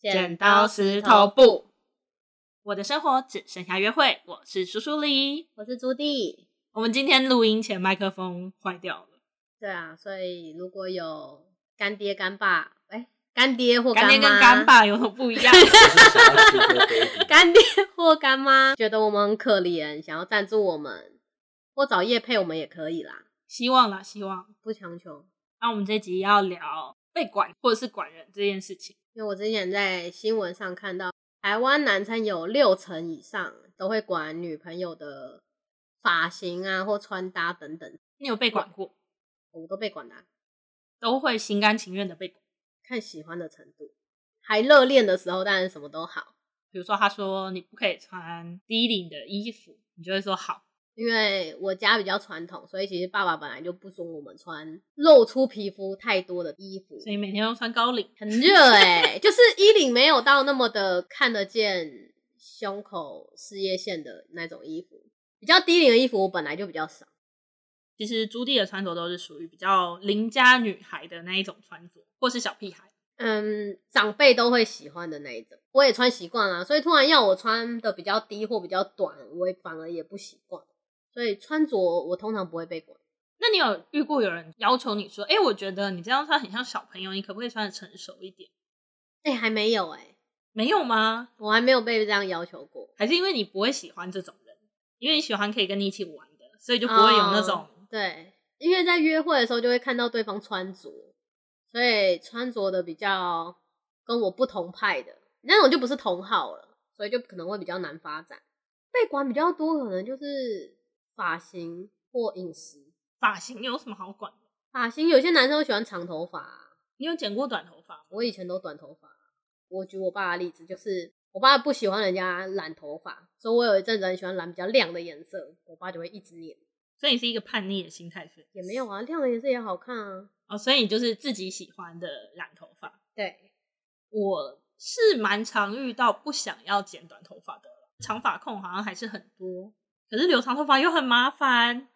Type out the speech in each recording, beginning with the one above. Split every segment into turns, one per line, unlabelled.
剪刀石头布。我的生活只剩下约会。我是叔叔李。
我是朱棣。
我们今天录音前麦克风坏掉了，
对啊，所以如果有干爹干爸，哎、干爹或
干爹
妈，
跟干爸有什么不一样？
就是想要吃多杯底。
干爹或干妈觉得我们很可怜，想要赞助我们，或找叶配我们也可以啦，
希望啦，希望。
不强求。
那我们这集要聊被管或者是管人这件事情。
因为我之前在新闻上看到，台湾男生有六成以上都会管女朋友的发型啊或穿搭等等，
你有被管过？
我都被管啦、
都会心甘情愿的被管。
看喜欢的程度。还热恋的时候，当然什么都好，
比如说，他说你不可以穿低领的衣服，你就会说好。
因为我家比较传统，所以其实爸爸本来就不准我们穿露出皮肤太多的衣服，
所以每天都穿高领，
很热哎、就是衣领没有到那么的看得见胸口事业线的那种衣服，比较低领的衣服我本来就比较少。
其实朱棣的穿着都是属于比较邻家女孩的那一种穿着，或是小屁孩。
嗯，长辈都会喜欢的那一种，我也穿习惯了，所以突然要我穿的比较低或比较短，我也反而也不习惯。所以穿着我通常不会被管。
那你有遇过有人要求你说，哎、我觉得你这样穿很像小朋友，你可不可以穿的成熟一点？
哎、还没有哎、
没有吗？
我还没有被这样要求过，
还是因为你不会喜欢这种人，因为你喜欢可以跟你一起玩的，所以就不会有那种、
哦对，因为在约会的时候就会看到对方穿着，所以穿着的比较跟我不同派的那种就不是同好了，所以就可能会比较难发展。被管比较多，可能就是发型或饮食。
发型有什么好管的？
发型有些男生会喜欢长头发、
你有剪过短头发吗？
我以前都短头发。我举我爸的例子，就是我爸不喜欢人家染头发，所以我有一阵子很喜欢染比较亮的颜色，我爸就会一直念，
所以你是一个叛逆的心态，是不是
也没有啊，亮的颜色也好看啊。
哦，所以你就是自己喜欢的染头发。
对，
我是蛮常遇到不想要剪短头发的了，长发控好像还是很多，可是留长头发又很麻烦。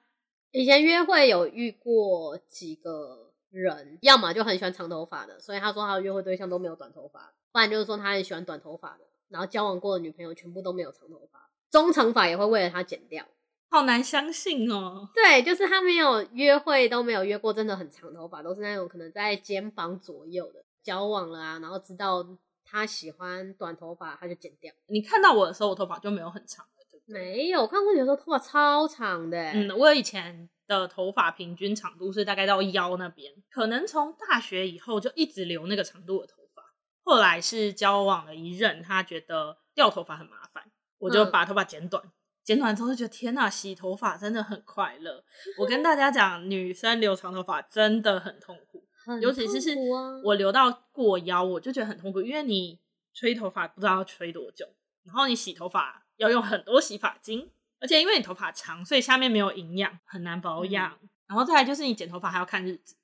以前约会有遇过几个人，要么就很喜欢长头发的，所以他说他的约会对象都没有短头发，不然就是说他很喜欢短头发的，然后交往过的女朋友全部都没有长头发，中长发也会为了他剪掉。
好难相信哦！
对，就是他没有约会都没有约过，真的很长头发，都是那种可能在肩膀左右的。交往了啊，然后知道他喜欢短头发，他就剪掉。
你看到我的时候，我头发就没有很长了，对不对？
没有，我看过有时候头发超长的、欸
嗯，我以前的头发平均长度是大概到腰那边，可能从大学以后就一直留那个长度的头发。后来是交往了一任，他觉得掉头发很麻烦，我就
嗯
把头发剪短。剪短之后就觉得天呐，洗头发真的很快乐。我跟大家讲，女生留长头发真的很痛苦。
很
尤其是是
痛苦啊
我留到过腰，我就觉得很痛苦，因为你吹头发不知道要吹多久，然后你洗头发要用很多洗发精，而且因为你头发长，所以下面没有营养，很难
嗯
保养。然后再来就是你剪头发还要看日子，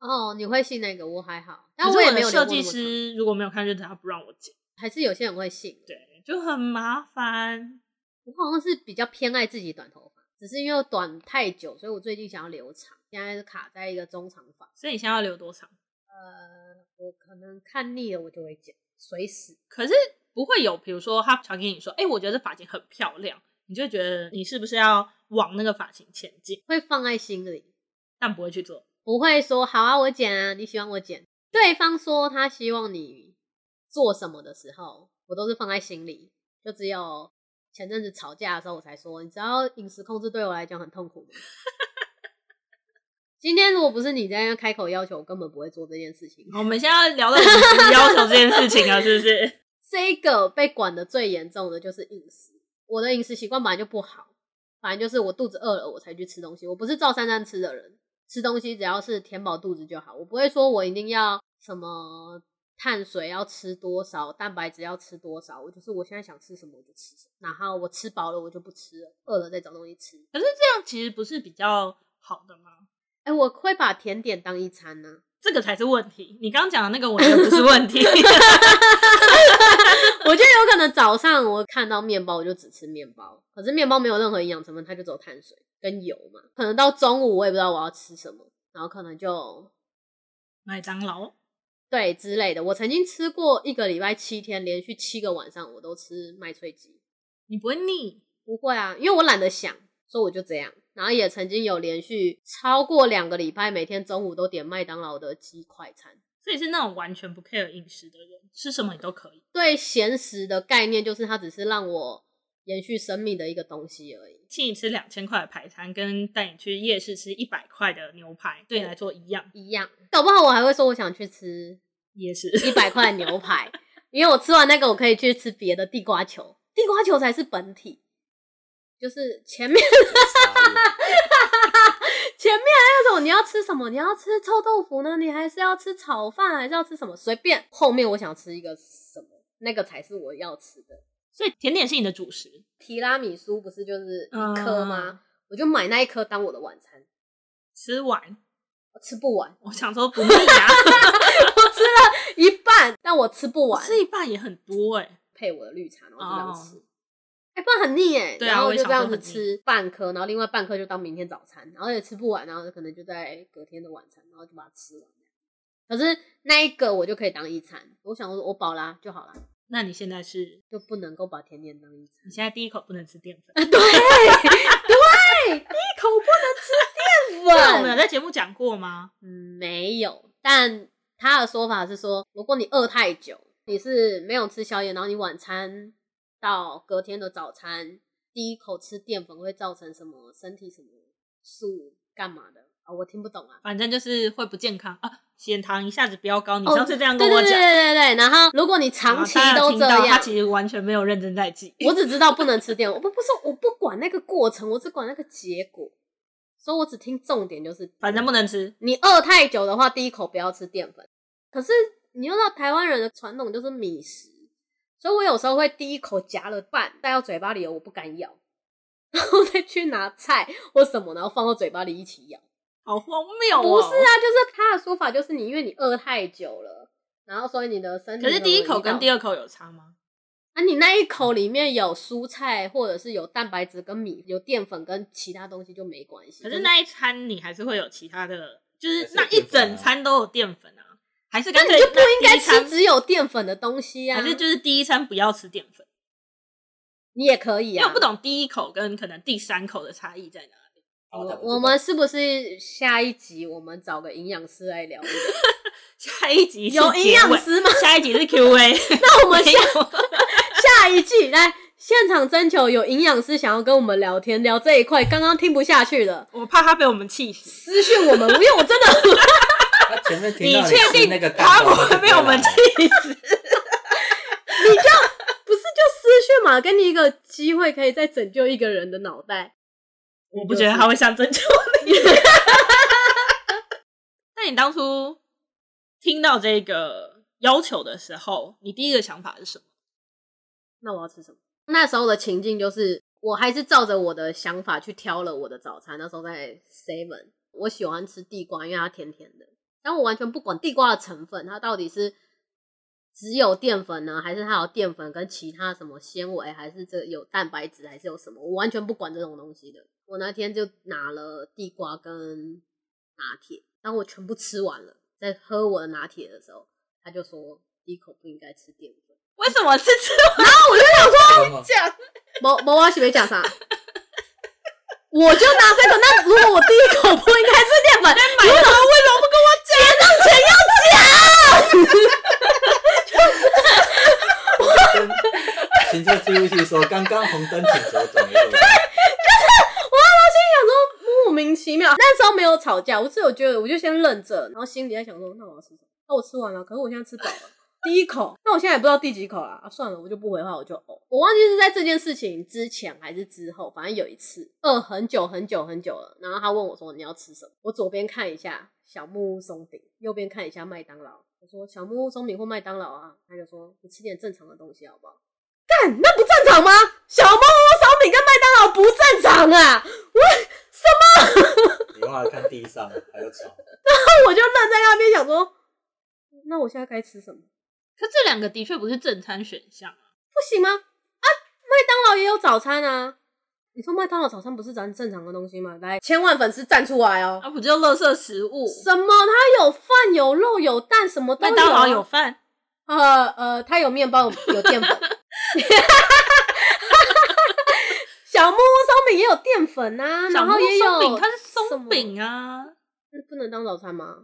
哦，你会信那个，我还好，
可
但
是
也
我
没
的
有留
设
过
计
那么
师如果没有看日子，他不让我剪，
长，还是有些人会信。
对，就很麻烦。
我好像是比较偏爱自己短头发，只是因为我短太久，所以我最近想要留长，现在是卡在一个中长发。
所以你现在要留多长？
呃，我可能看腻了，我就会剪，随时。
可是不会有，比如说他传给你说，哎、我觉得这发型很漂亮，你就会觉得你是不是要往那个发型前进，
会放在心里，
但不会去做。
不会说好啊，我剪啊，你喜欢我剪。对方说他希望你做什么的时候，我都是放在心里，就只有前阵子吵架的时候，我才说，你知道饮食控制对我来讲很痛苦吗？ 今天如果不是你在那开口要求，我根本不会做这件事情。
我们现在要聊到饮食要求这件事情啊，是不 是？
这个被管的最严重的就是饮食，我的饮食习惯本来就不好，反正就是我肚子饿了我才去吃东西，我不是照三餐吃的人，吃东西只要是填饱肚子就好，我不会说我一定要什么碳水要吃多少，蛋白质要吃多少，我就是我现在想吃什么我就吃什么，然后我吃饱了我就不吃了，饿了再找东西吃。
可是这样其实不是比较好的吗？
哎、我会把甜点当一餐呢、
这个才是问题。你刚刚讲的那个，我觉得不是问 题。
我觉得有可能早上我看到面包，我就只吃面包，可是面包没有任何营养成分，它就只有碳水跟油嘛。可能到中午我也不知道我要吃什么，然后可能就
麦当劳
对之类的。我曾经吃过一个礼拜七天，连续七个晚上我都吃麦脆鸡，
你不会腻，
不会啊，因为我懒得想，所以我就这样。然后也曾经有连续超过两个礼拜，每天中午都点麦当劳的鸡快餐。
所以是那种完全不 care 饮食的人，吃什么你都可以。
对咸食的概念就是，它只是让我延续生命的一个东西而已，
请你吃两千块的排餐，跟带你去夜市吃一百块的牛排，对你来说一样。
一样。搞不好我还会说我想去吃
夜市
一百块牛排，因为我吃完那个，我可以去吃别的地瓜球，地瓜球才是本体。就是前面前面还有种你要吃什么？你要吃臭豆腐呢？你还是要吃炒饭？还是要吃什么？随便。后面我想吃一个什么，那个才是我要吃的。
所以甜点是你的主食，
提拉米苏不是就是一颗吗？我就买那一颗当我的晚餐，
吃完
我吃不完，
我想说不腻 啊，
我吃了一半，但我吃不完，
吃一半也很多哎、
配我的绿茶，然后就这样吃。
哦
哎、不然很腻哎、
对啊
然后
我也
就这样
想说
子
很腻
吃半颗，然后另外半颗就当明天早餐，然后也吃不完，然后可能就在隔天的晚餐，然后就把它吃完。可是那一个我就可以当一餐，我想说我饱啦就好啦，
那你现在是
就不能够把甜点当一餐
你。现在第一口不能吃淀
对
粉，
对，
一口
淀
不能。这我们有
粉
在节目讲过吗？
嗯没有，但他的说法是说，如果你饿太久，你是没有吃宵夜，然后你晚餐到隔天的早餐第一口吃淀粉会造成什么身体什么素干嘛的啊、我听不懂啊。
反正就是会不健康啊，血糖一下子飙高。你
哦
上次这样
对对
跟我
对
讲，啊
对对，然后如果你长期
然
都
后大家有听
这
到他
样，
其实完全没有认真在记。
我只知道不能吃淀粉，我不不是我不管那个过程，我只管那个结果，所以我只听重点就是，
反正不能吃，
你饿太久的话，第一口不要吃淀粉。可是你又知道台湾人的传统就是米食，所以我有时候会第一口夹了饭带到嘴巴里了，我不敢咬，然后再去拿菜或什么，然后放到嘴巴里一起咬。
好荒谬哦！
不是啊，就是他的说法就是你因为你饿太久了，然后所以你的身体
可是第一口跟第
二
二口有差吗？
啊，你那一口里面有蔬菜或者是有蛋白质跟米，有淀粉跟其他东西就没关系。
可
就是
那一餐你还是会有其他的，就是那
还是
一
有淀粉啊
整餐都有淀粉啊，还是
那
干
你
脆
就不应该
那第一餐
吃只有淀粉的东西啊，
还是就是第一餐不要吃淀粉，
你也可以
因
啊。
为我不懂第一口跟可能第三口的差异在哪。
我我们是不是下一集我们找个营养师来聊一聊？
下一集是
有营
结
养
尾
师吗？
下一集是 Q&A，
那我们
没
下
有
下一季来现场征求有营养师想要跟我们聊天聊这一块，刚刚听不下去的
我怕他被我们气死。
私讯我们，因为我真的
他前面听到
确
吃
定
那个蛋
他
糕
不会被我们气
就
死？
不是就私讯嘛，给你一个机会可以再拯救一个人的脑袋。
我不觉得他会想拯救你。 那你当初听到这个要求的时候，你第一个想法是什么？
那我要吃什么？那时候的情境就是，我还是照着我的想法去挑了我的早餐。那时候在 Seven，我喜欢吃地瓜，因为它甜甜的。但我完全不管地瓜的成分，它到底是只有淀粉呢，还是它有淀粉跟其他什么纤维，还是这有蛋白质，还是有什么？我完全不管这种东西的。我那天就拿了地瓜跟拿铁，当我全部吃完了，在喝我的拿铁的时候，他就说第一口不应该吃淀粉。
为什么是吃
好
这样？
毛毛蛙是没讲啥，我就拿这个。那如果我第一口不应该吃淀粉，你为什么为什么不跟我讲？结账前要
跟行车记录器说，刚刚红灯请左转。右转
莫名其妙。那时候没有吵架，我只有觉得我就先愣着，然后心里在想说，那我要吃什么？那、我吃完了，可是我现在吃饱了。 第一口，那我现在也不知道第几口了啊！算了，我就不回话，我就呕。我忘记是在这件事情之前还是之后，反正有一次饿很久很久很久了，然后他问我说你要吃什么？我左边看一下小木屋松饼，右边看一下麦当劳。我说小木屋松饼或麦当劳啊，他就说你吃点正常的东西好不好？干，那不正常吗？小木屋松饼跟麦当劳不正常啊！我
你忘了看地上还有草，
我就愣在那边想说，那我现在该吃什么？
可这两个的确不是正餐选项啊。
不行吗？啊，麦当劳也有早餐啊，你说麦当劳早餐不是咱正常的东西吗？来，千万粉丝站出来哦！
啊，不就垃圾食物？
什么？它有饭、有肉、有蛋，什么都
麦
有。啊
当劳有饭，
呃呃，它有面包，有有淀粉。小木屋松饼也有淀粉呐、
小
然
木
后也
松饼，
有
它是
什
松
么
饼啊。
不能当早餐吗？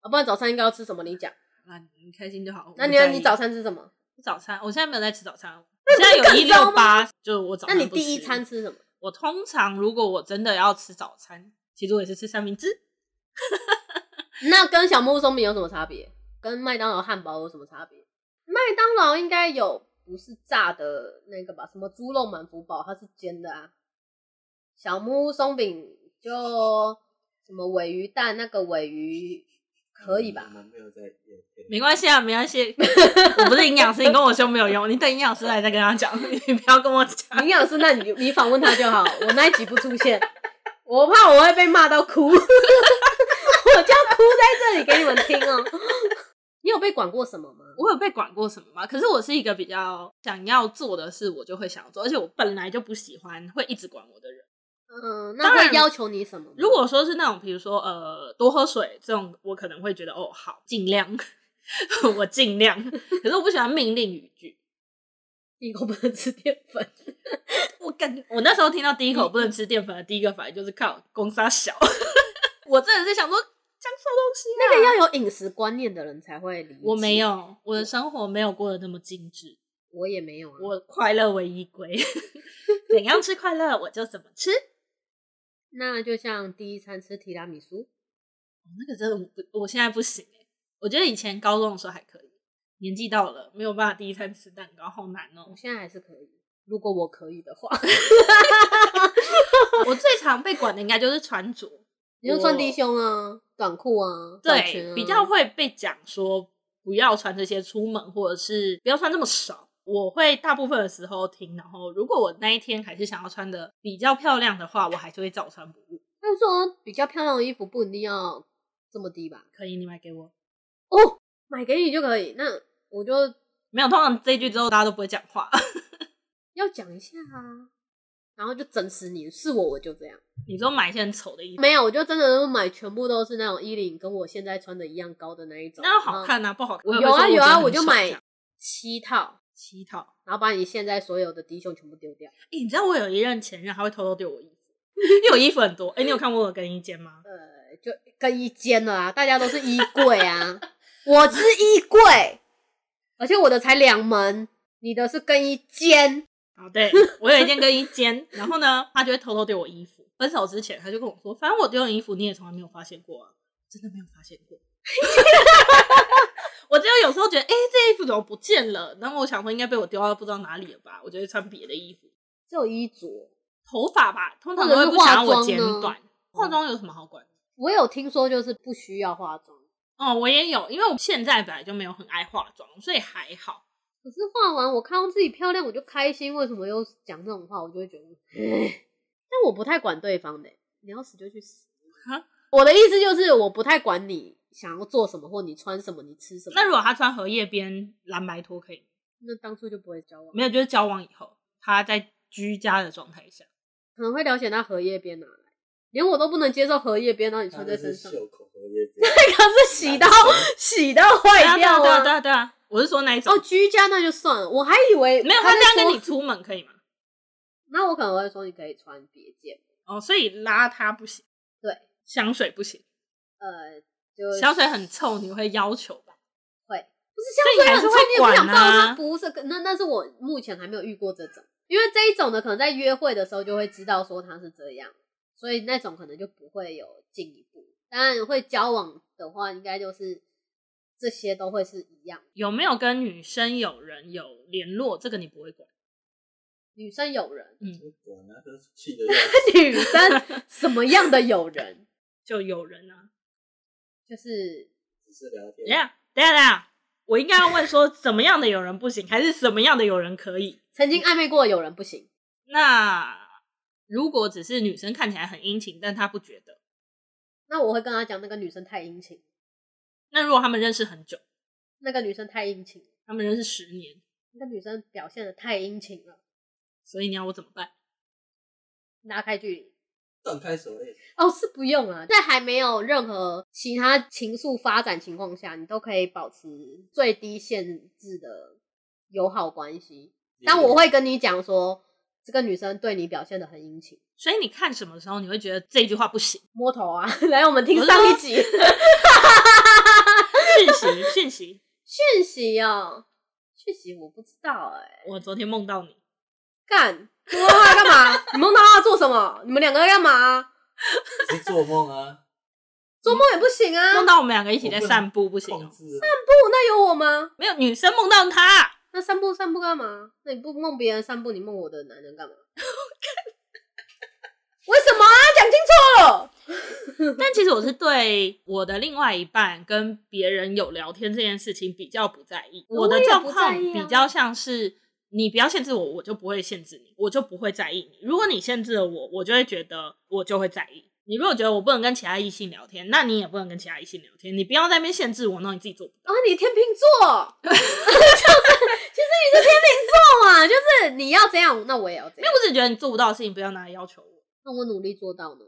啊，不然早餐应该要吃什么？你讲。
那啊你开心就好。我
那
不
你
在
你
意
早餐吃什么？
早餐，我现在没有在吃早餐，我现在有一六八，就是我早
那
餐。
你第一餐，吃什么？
我通常如果我真的要吃早餐，其实我也是吃三明治。
那跟小木屋松饼有什么差别？跟麦当劳汉堡有什么差别？麦当劳应该有不是炸的那个吧？什么猪肉满福堡，它是煎的啊。小木屋松饼就什么尾鱼蛋，那个尾鱼可以吧
我？们没有在夜店，
没关系啊，没关系，我不是营养师，你跟我说没有用，你等营养师来再跟他讲，你不要跟我讲。
营养师，那你你访问他就好，我那一集不出现，我怕我会被骂到哭， 我就哭在这里给你们听哦、 你有被管过什么吗？
我有被管过什么吗？可是我是一个比较想要做的事，我就会想要做，而且我本来就不喜欢会一直管我的人。
嗯，
当
那会
然
要求你什么吗？
如果说是那种，比如说呃，多喝水这种，我可能会觉得哦，好，尽量， 我尽量。可是我不喜欢命令语句。
你我不能吃淀 粉，
我感觉我那时候听到第一口不能吃淀粉的第一个反应就是靠公杀小， 我真的是想说讲什么东西啊？
那个要有饮食观念的人才会理解。
我没，有，我的生活没有过得那么精致，
我也没有啊。
我快乐为依归， 怎样吃快乐我就怎么吃。
那就像第一餐吃提拉米苏，
那个真的不，我现在不行、欸、我觉得以前高中的时候还可以，年纪到了没有办法第一餐吃蛋糕，好难哦、
我现在还是可以。如果我可以的话，
我最常被管的应该就是穿着，
你就穿低胸啊、短裤啊、短裙
对，
啊，
比较会被讲说不要穿这些出门，或者是不要穿这么少。我会大部分的时候听，然后如果我那一天还是想要穿的比较漂亮的话，我还是会照穿不误。
但是说比较漂亮的衣服不一定要这么低吧？
可以，你买给我。
哦，买给你就可以。那我就
没有，通常这一句之后大家都不会讲话。
要讲一下啊，然后就整死你，是我我就这样。
你说买一些很丑的衣服，
没有，我就真的都买全部都是那种衣领跟我现在穿的一样高的那一种，
那好看啊，不好看。我
然
也
后。嗯有啊
会说
有啊，
我
我
真的
就
很丑这
买
样
七套，
七套。
然后把你现在所有的低胸全部丢掉。
哎、你知道我有一任前任，他会偷偷丢我衣服， 因为我衣服很多。哎、你有看过我的更衣间吗？
呃，就跟一间了啊，大家都是衣柜啊，我是衣柜，而且我的才两门，你的是跟一间。
啊，对我有一件更衣间，然后呢，他就会偷偷丢我衣服。分手之前，他就跟我说，反正我丢你衣服，你也从来没有发现过啊，真的没有发现过。 我就有时候觉得，哎、这衣服怎么不见了？然后我想说，应该被我丢到不知道哪里了吧？我就会穿别的衣服，
只有衣着，
头发吧，通常
或
都
者
会
是
不想要
化
我
妆
剪
呢
短。化妆有什么好管的？
我有听说就是不需要化妆，
哦，我也有，因为我现在本来就没有很爱化妆，所以还好。
可是画完我看到自己漂亮我就开心，为什么又讲这种话？我就会觉得，唉但我不太管对方的欸、你要死就去死
啊。
我的意思就是，我不太管你想要做什么，或你穿什么，你吃什么。
那如果他穿荷叶边蓝白拖可以吗？
那当初就不会交往，
没有，就是交往以后，他在居家的状态下，
可能会了解那荷叶边哪来，连我都不能接受荷叶边，然后你
他
穿
就
在
是
身上，
袖口和夜店，
那个是洗到洗到
对啊
坏
对啊
掉
对啊对
啊。
啊对啊，我是说那一种
哦，，居家那就算了，我还以为
没有
他
他
在
这样跟你
说，
出门可以吗？
那我可能会说你可以穿别件，
哦，所以邋遢不行，
对，
香水不行，
呃，就
香水很臭，你会要求吧？
不是香水很臭，
所以
你
你
也不
还是会
想
管啊
报，不是那那是我目前还没有遇过这种，因为这一种的可能在约会的时候就会知道说他是这样，所以那种可能就不会有进一步。当然会交往的话，应该就是这些都会是一样。
有没有跟女生有人有联络？这个你不会管，
女生有人，
嗯，
我那都是气的要死。
女生 什么样的有人？
就有人啊。
就是
只是聊
等一
天，
下等一下等一下，我应该要问说，怎么样的有人不行，还 是什么样的有人可以？
曾经暧昧过的有人不行，
那如果只是女生看起来很殷勤，但她不觉得，
那我会跟他讲那个女生太殷勤，
那如果他们认识很久，
那个女生太殷勤，
他们认识十年，
那个女生表现的太殷勤了。
所以你要我怎么办？
拉开距离。
断开手链，
哦，是不用了，在还没有任何其他情愫发展情况下，你都可以保持最低限制的友好关系。但我会跟你讲说，这个女生对你表现的很殷勤，
所以你看什么时候你会觉得这句话不行？
摸头啊！ 来，我们听上一集
讯息，讯息，
讯息哦，讯息我不知道哎、
我昨天梦到你，
干，你梦到他干嘛？你梦到他做什么？你们两个在干嘛？啊
只是做梦啊，
做梦也不行啊！
梦到我们两个一起在
我不能
散步，不行
控
哦，
制啊
不，那有我吗？
没有女生梦到他，
那散步散步干嘛？那你不梦别人散步，你梦 我的男人干嘛？为什么啊？讲清楚。
但其实我是对我的另外一半跟别人有聊天这件事情比较不在意，
我
我的
也
状
不
况
在意啊
比较像是你不要限制我，我就不会限制你，我就不会在意你。如果你限制了我，我就会觉得我就会在意。你如果觉得我不能跟其他异性聊天，那你也不能跟其他异性聊天。你不要在那边限制我，那你自己做不到。
啊，你天秤座， 就是其实你是天秤座嘛， 就是你要这样，那我也要这
因为
样。
我只是觉得你做不到的事情，不要拿来要求我。
那我努力做到呢。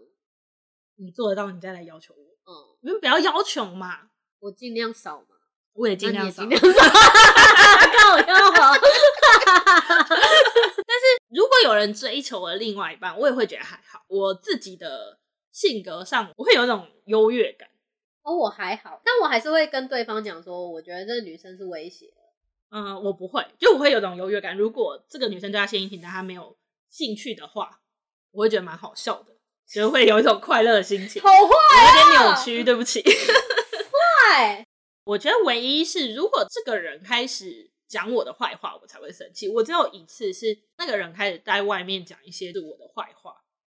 你做得到，你再来要求我。
嗯，
你们不要要求嘛，
我尽量少嘛，
我也尽
那你也
量少
尽。量 少。看我要好，
如果有人追求我的另外一半，我也会觉得还好。我自己的性格上，我会有一种优越感。
哦，我还好，但我还是会跟对方讲说，我觉得这女生是威胁。
嗯，我不会，就我会有种优越感。如果这个女生对他献殷勤，但他没有兴趣的话，我会觉得蛮好笑的，就会有一种快乐的心情，
好坏，
有点扭曲。对不起，我觉得唯一是如果这个人开始讲我的坏话，我才会生气。我只有一次是那个人开始在外面讲一些对我的坏话，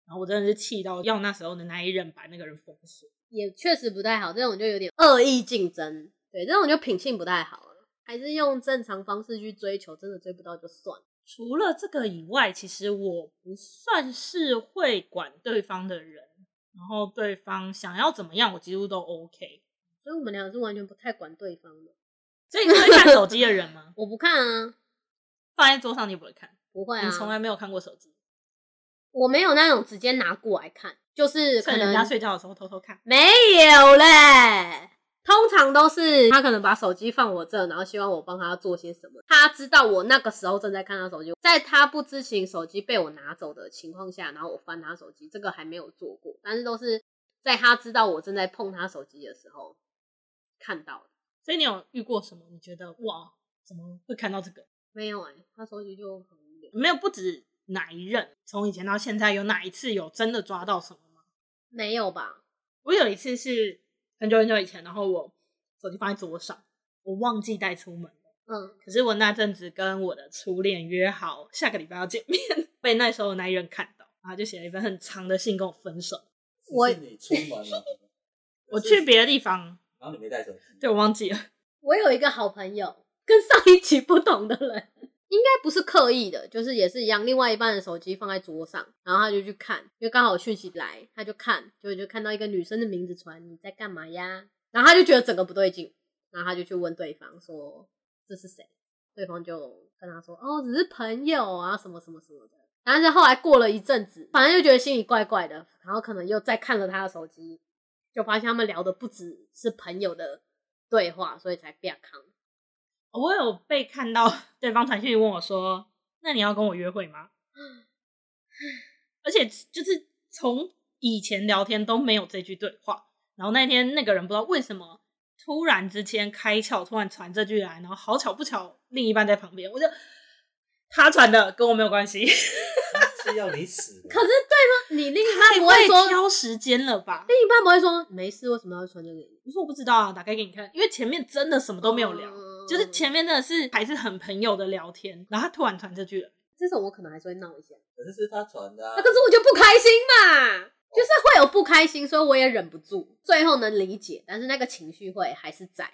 然后我真的是气到要那时候的那一任把那个人封锁。
也确实不太好，这种就有点恶意竞争，对，这种就品性不太好了。还是用正常方式去追求，真的追不到就算了。
除了这个以外，其实我不算是会管对方的人，然后对方想要怎么样，我几乎都 OK。
所以我们俩是完全不太管对方的。？
所以你是会看手机的人吗
我不看啊，
放在桌上你也不会看，
不会
你从
啊，
来没有看过手机，
我没有那种直接拿过来看，就是可
趁人家
能
睡觉的时候偷偷看。
没有嘞。通常都是他可能把手机放我这，然后希望我帮他做些什么。他知道我那个时候正在看他手机，在他不知情手机被我拿走的情况下，然后我翻他手机，这个还没有做过，但是都是在他知道我正在碰他手机的时候看到的。
所以你有遇过什么？你觉得哇，怎么会看到这个？
没有哎、他手机就很无聊。
没有，不止哪一任，从以前到现在，有哪一次有真的抓到什么吗？
没有吧？
我有一次是很久很久以前，然后我手机放在桌上，我忘记带出门。
嗯，
可是我那阵子跟我的初恋约好下个礼拜要见面， 被那时候的那一任看到，然后就写了一封很长的信跟我分手。
我
只是你出门了，
我
只是
去，别的地方，
然后你没带手机，
对我忘记了，
我有一个好朋友，跟上一集不同的人，应该不是刻意的，就是也是一样，另外一半的手机放在桌上，然后他就去看，因为刚好讯息来，他就看，结果就看到一个女生的名字传，你在干嘛呀？然后他就觉得整个不对劲，然后他就去问对方说这是谁？对方就跟他说哦，只是朋友啊，什么什么什么的。但是后来过了一阵子，反正就觉得心里怪怪的，然后可能又再看了他的手机，就发现他们聊的不只是朋友的对话，所以才变康。
我有被看到 对方传讯息问我说：“那你要跟我约会吗？”而且就是从以前聊天都没有这句对话，然后那天那个人不知道为什么突然之间开窍，突然传这句来，然后好巧不巧另一半在旁边，我就他传的跟我没有关系。
是要你死吗？
可是对吗？你另一半
太
不会
会
说，
挑时间了吧？
另一半不会说没事，为什么要传这个给你？
我说我不知道啊，打开给你看，因为前面真的什么都没有聊，
嗯
就是前面真的是还是很朋友的聊天，然后他突然传这句了，
这种我可能还是会闹一下，
可是是他传的啊
啊，可是我就不开心嘛。就是会有不开心，所以我也忍不住，最后能理解，但是那个情绪会还是在。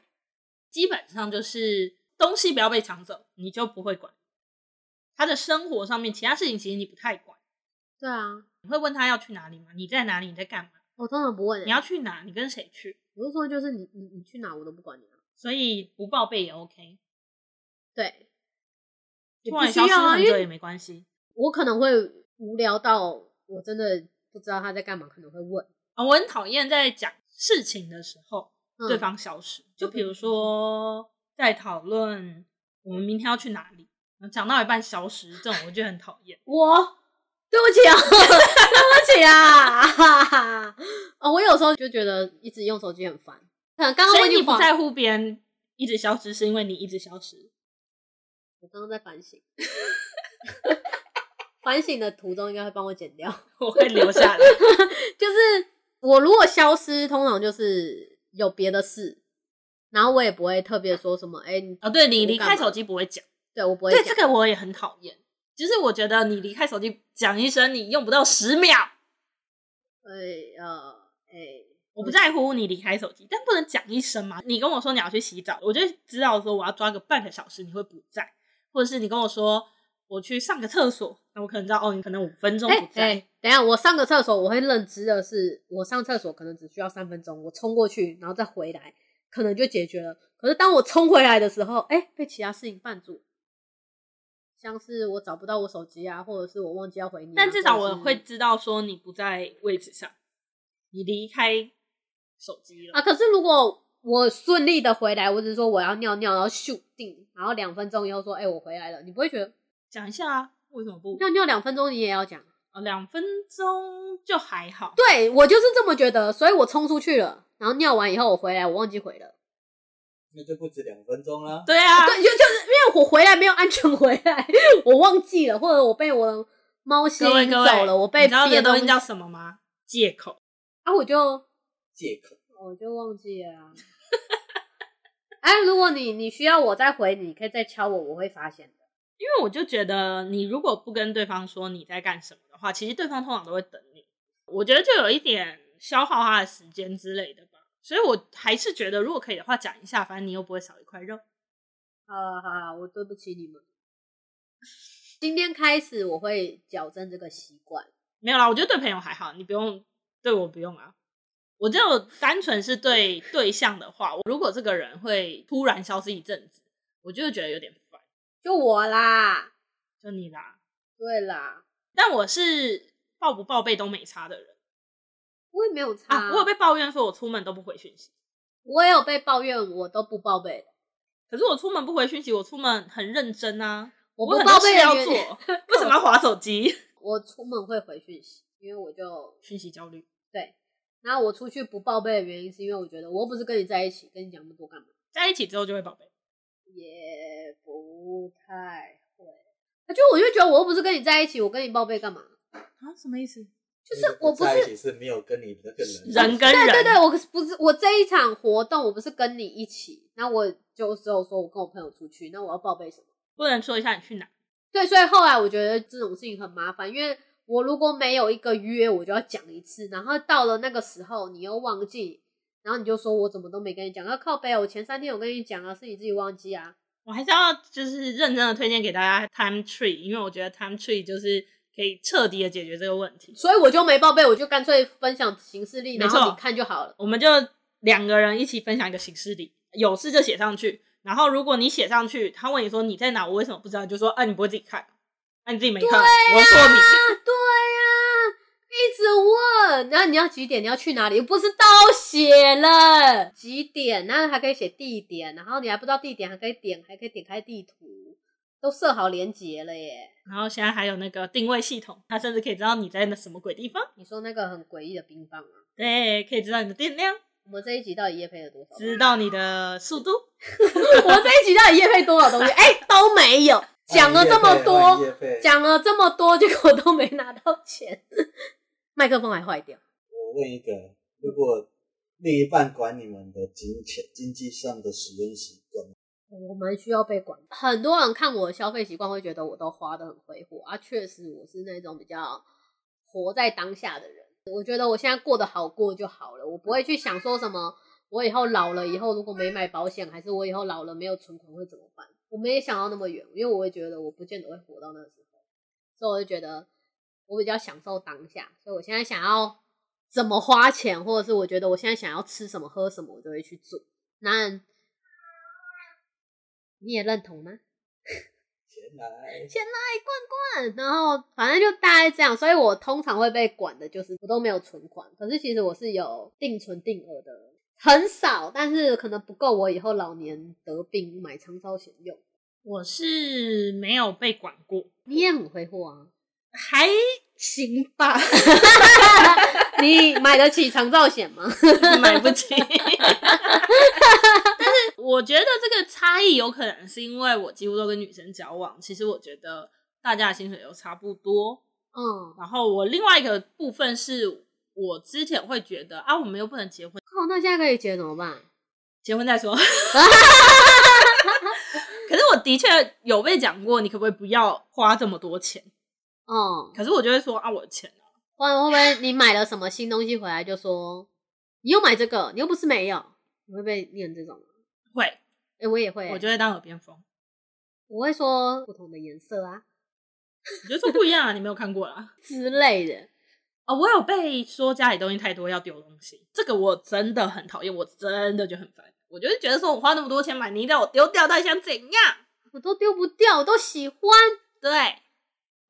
基本上就是东西不要被抢走，你就不会管他的生活上面其他事情，其实你不太管。
对啊，
你会问他要去哪里吗？你在哪里？你在干嘛？
我通常不问、欸。
你要去哪？你跟谁去？
我是说，就是你你你去哪我都不管你啊。
所以不报备也 OK，
对，也不
突然
需
消失
要啊，
很
因
久也
为
没关系。
我可能会无聊到我真的不知道他在干嘛，可能会问。
啊，我很讨厌在讲事情的时候
嗯、。
对方消失。就比如说在讨论我们明天要去哪里，然后讲到一半消失，这种我就很讨厌
我，对不起啊， 对不起啊， 哈哈。哦，我有时候就觉得一直用手机很烦，可能刚刚
所
我已
以你
经
不
划
在乎别人一直消失，是因为你一直消失。
我刚刚在反省， 反省的途中应该会帮我剪掉。
我会留下来。
就是我如果消失，通常就是有别的事，然后我也不会特别说什么，哎、你
哦，对你离
我
开
干嘛
手机不会讲，
对我不会
对
讲。
这个我也很讨厌。其实我觉得你离开手机讲一声，你用不到十秒，
哎呃哎、
我不在乎你离开手机，但不能讲一声嘛。你跟我说你要去洗澡，我就知道说我要抓个半个小时你会不在，或者是你跟我说我去上个厕所，那我可能知道哦，你可能五分钟
哎
不在。
哎等一下我上个厕所，我会认知的是，我上厕所可能只需要三分钟，我冲过去然后再回来，可能就解决了。可是当我冲回来的时候，哎、被其他事情绊住，像是我找不到我手机啊，或者是我忘记要回你啊、
但至少
或者
我
是
会知道说你不在位置上，你离开手机了。
啊，可是如果我顺利的回来，我只是说我要尿尿，然后咻定，然后两分钟以后说，哎、我回来了，你不会觉得
讲一下啊，为什么不？
尿尿两分钟你也要讲？
哦两分钟就还好。
对我就是这么觉得，所以我冲出去了，然后尿完以后我回来，我忘记回了，
那就不止两分钟啦。
对啊，
对，就就是因为我回来没有安全回来，我忘记了，或者我被我的猫吸
各位
引
各
走
位，
了，我被
你知道
别
这
的
东西
西
叫什么吗？借口。
啊，我就
借口
我就忘记了、啊。 哎、如果你你需要我再回你，你可以再敲我，我会发现的。
因为我就觉得，你如果不跟对方说你在干什么的话，其实对方通常都会等你。我觉得就有一点消耗他的时间之类的吧。所以我还是觉得，如果可以的话，讲一下，反正你又不会少一块肉。
好了好了，我对不起你们。今天开始我会矫正这个习惯。
没有啦，我觉得对朋友还好，你不用对我不用啊。我只有单纯是对对象的话，我如果这个人会突然消失一阵子，我就会觉得有点烦。
就我啦，
就你啦，
对啦，
但我是报不报备都没差的人
我也没有差，
啊。我有被抱怨说我出门都不回讯息，
我也有被抱怨，我都不报备。
可是我出门不回讯息，我出门很认真啊，
我
有
不
很多
报
事
备
要
的原因，
做，为什么要划手机？
我出门会回讯息，因为我就
讯息焦虑，
对。然后我出去不报备的原因，是因为我觉得我又不是跟你在一起，跟你讲那么多干嘛？
在一起之后就会宝贝。
也不太会。就我就觉得我又不是跟你在一起，我跟你报备干嘛？
啊，什么意思？
就是我不
在一
是
起是没有跟你这个人
人跟人，
对对，我不是我这一场活动，我不是跟你一起，那我就只有说我跟我朋友出去，那我要报备什么？
不能说一下你去哪？
对，所以后来我觉得这种事情很麻烦，因为我如果没有一个约，我就要讲一次，然后到了那个时候你又忘记，然后你就说我怎么都没跟你讲，要靠背啊，我前三天有跟你讲啊，是你自己忘记啊。
我还是要就是认真的推荐给大家 Time Tree，因为我觉得 Time Tree 就是可以彻底的解决这个问题。
所以我就没报备，我就干脆分享行事历，
没
然
错
后你看就好了。
我们就两个人一起分享一个行事历，有事就写上去。然后如果你写上去，他问你说你在哪，我为什么不知道，你就说啊你不会自己看，啊你自己没看，我说你。
啊，对呀、一直问，然后你要几点，你要去哪里？不是都写了几点，然后还可以写地点，然后你还不知道地点，还可以点，还可以点开地图，都设好连接了耶。
然后现在还有那个定位系统，它甚至可以知道你在那什么鬼地方，
你说那个很诡异的冰棒啊，
对，可以知道你的电量，
我们这一集到底夜配了多少？
知道你的速度。
我们这一集到底夜配多少东西？哎、都没有，讲了这么多，
讲
讲了这么多，结果都没拿到钱， 麦克风还坏掉。
我问一个，如果另一半管你们的金钱、经济上的使用习惯，
我蛮需要被管。很多人看我的消费习惯，会觉得我都花的很挥霍啊。确实，我是那种比较活在当下的人。我觉得我现在过得好过就好了，我不会去想说什么，我以后老了以后如果没买保险，还是我以后老了没有存款会怎么办？我没想到那么远，因为我会觉得我不见得会活到那个时候，所以我就觉得我比较享受当下。所以我现在想要怎么花钱，或者是我觉得我现在想要吃什么喝什么，我就会去做。那你也认同吗？
钱钱来，
钱来罐罐，然后反正就大概这样，所以我通常会被管的就是我都没有存款，可是其实我是有定存定额的，很少，但是可能不够我以后老年得病买长寿险用。
我是没有被管过，
你也很挥霍啊，
还行吧，
你买得起长寿险吗？
买不起。 但是我觉得这个差异有可能是因为我几乎都跟女生交往，其实我觉得大家的薪水都差不多。
嗯，
然后我另外一个部分是我之前会觉得啊，我们又不能结婚，
靠，那现在可以结怎么办？
结婚再 说。可是我的确有被讲过，你可不可以不要花这么多钱？
哦、
可是我就会说啊，我的钱啊
不然会不会你买了什么新东西回来就说你又买这个，你又不是没有，你会被念这种吗？
会，
哎、我也会欸、
我就会当耳边风。
我会说不同的颜色啊
我觉得说不一样啊，你没有看过啦。
之类的。
啊、我有被说家里东西太多要丢东西，这个我真的很讨厌，我真的就很烦。我就是觉得说我花那么多钱买，你一定要我丢掉，到底想怎样？
我都丢不掉，我都喜欢。
对，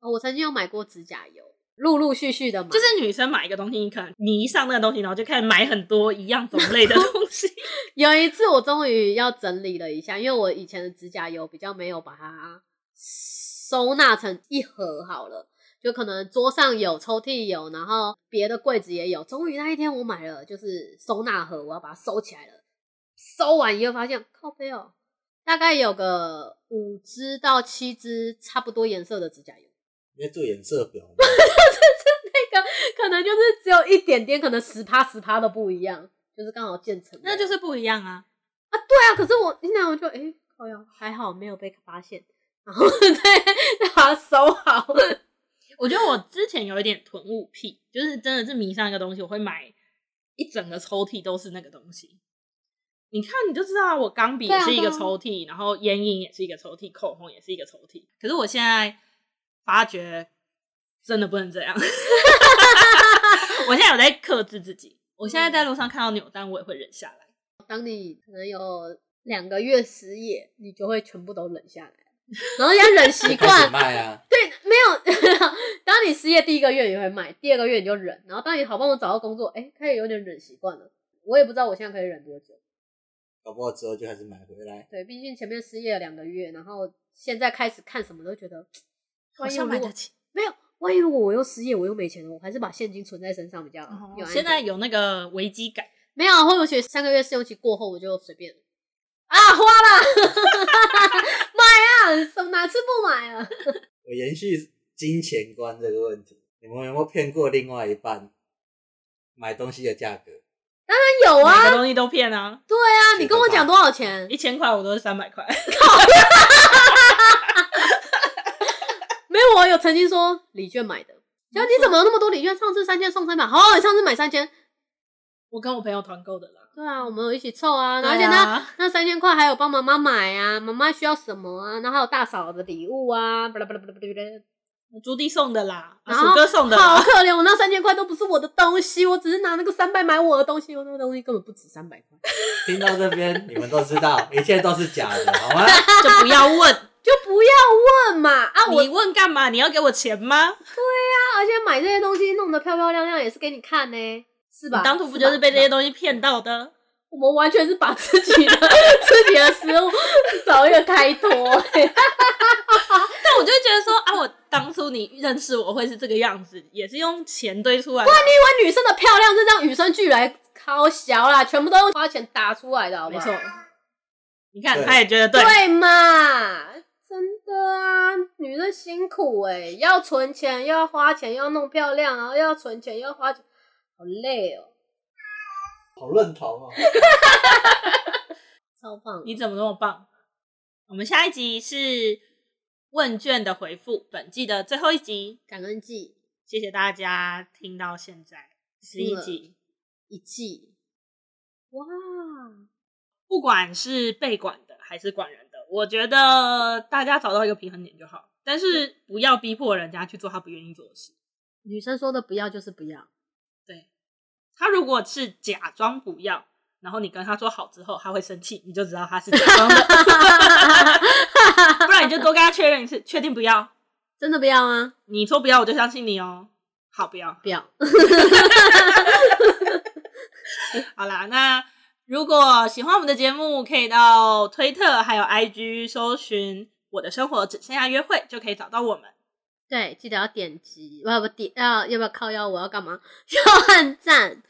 哦我曾经有买过指甲油，陆陆续续的买，
就是女生买一个东西，你可能迷上那个东西，然后就开始买很多一样种类的 东西。
有一次我终于要整理了一下，因为我以前的指甲油比较没有把它收纳成一盒好了，就可能桌上有，抽屉有，然后别的柜子也有。终于那一天我买了，就是收纳盒，我要把它收起来了。收完以后发现靠背哦，大概有个五支到七支差不多颜色的指甲油。
你在做颜色表吗？
可能就是只有一点点，可能十趴十趴都不一样，就是刚好建成。
那就是不一样啊。
对啊，可是我一拿我就哎，诶靠呀，还好没有被发现，然后 再再把它收好。
我觉得我之前有一点囤物癖，就是真的是迷上一个东西，我会买一整个抽屉都是那个东西。你看你就知道，我钢
啊
笔也是一个抽屉，然后眼影也是一个抽屉，口红也是一个抽屉。可是我现在发觉真的不能这 样，我现在有在克制自己。我现在
嗯
在路上看到扭蛋，我也会忍下来。
当你可能有两个月失业，你就会全部都忍下来，然后要忍 习
就 开始
惯。
卖啊，
对，没有。 当你失业第一个月你会买，第二个月你就忍，然后当你好不容易找到工作，哎、开始有点忍习惯了。我也不知道我现在可以忍多久。
搞不好之后就还是买回来。
对，毕竟前面失业了两个月，然后现在开始看什么都觉得，
好
万一
像买
如果
得起。
没有，万一如果我又失业，我又没钱了，我还是把现金存在身上比较好。哦有安
哦现在
全
有那个危机感，
没有，啊或许三个月试用期过后我就随便了啊，花了， 买啊，什么哪次不买啊？
我延续金钱观这个问题，你们有没有骗过另外一半买东西的价格？
有啊，
每个东西都骗啊，
对啊，你跟我讲多少钱？
一千块我都是三百块。
没有，我有曾经说礼券买的，然后你怎么有那么多礼券？上次三千送三百，好，你上次买三千，
我跟我朋友团购的啦，
对啊，我们有一起凑啊，
对
而且呢。
啊，
那三千块还有帮妈妈买啊，妈妈需要什么啊？然后还有大嫂的礼物啊，巴拉巴拉巴拉巴拉巴拉
朱棣送的啦，啊
然后
鼠哥送的
好
啦，
可怜，我那三千块都不是我的东西，我只是拿那个三百买我的东西，我那个东西根本不止三百块，
听到这边，你们都知道，一切都是假的，好 吗？
就不要 问，
就不要问嘛啊！我
你问干嘛？你要给我钱吗？
那而且买这些东西弄得漂漂亮亮也是给你看呢，是吧？
你当初不就是被这
吧
些东西骗到的？
我们完全是把自己的 自己的失误找一个开 脱、欸，
但我就会觉得说啊，我当初你认识我会是这个样子，也是用钱堆出来的，
因为女生的漂亮是这样与生俱来，靠小啦，全部都用花钱打出来的，好不
没
好？
错。你看，
对
他也觉得对，
对嘛？真的啊，女生辛苦哎、要存钱，又要花钱，又要弄漂亮，然后又要存钱，又要花钱，好累哦、
好认同哦。
超棒！
你怎么那么棒？我们下一集是问卷的回复，本季的最后一集，
感恩季
谢谢大家听到现在十一集。
一季，哇，
不管是被管的还是管人的，我觉得大家找到一个平衡点就好，但是不要逼迫人家去做他不愿意做的事。
女生说的不要就是不要，
对他如果是假装不要，然后你跟他说好之后，他会生气，你就知道他是假装的， 不然你就多跟他确认一次，确定不要，
真的不要吗？
你说不要我就相信你哦。好，不要，
不要，
好啦，那如果喜欢我们的节目，可以到推特还有 IG 搜寻“我的生活只剩下约会”，就可以找到我们。
对，记得要点击，不不点要要不要靠腰？我要干嘛？ 要按赞。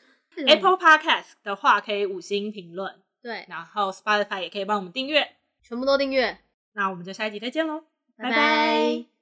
Apple Podcast 的话，可以五星评论，
对，
然后 Spotify 也可以帮我们订阅。
全部都订阅，
那我们就下一集再见喽，拜
拜拜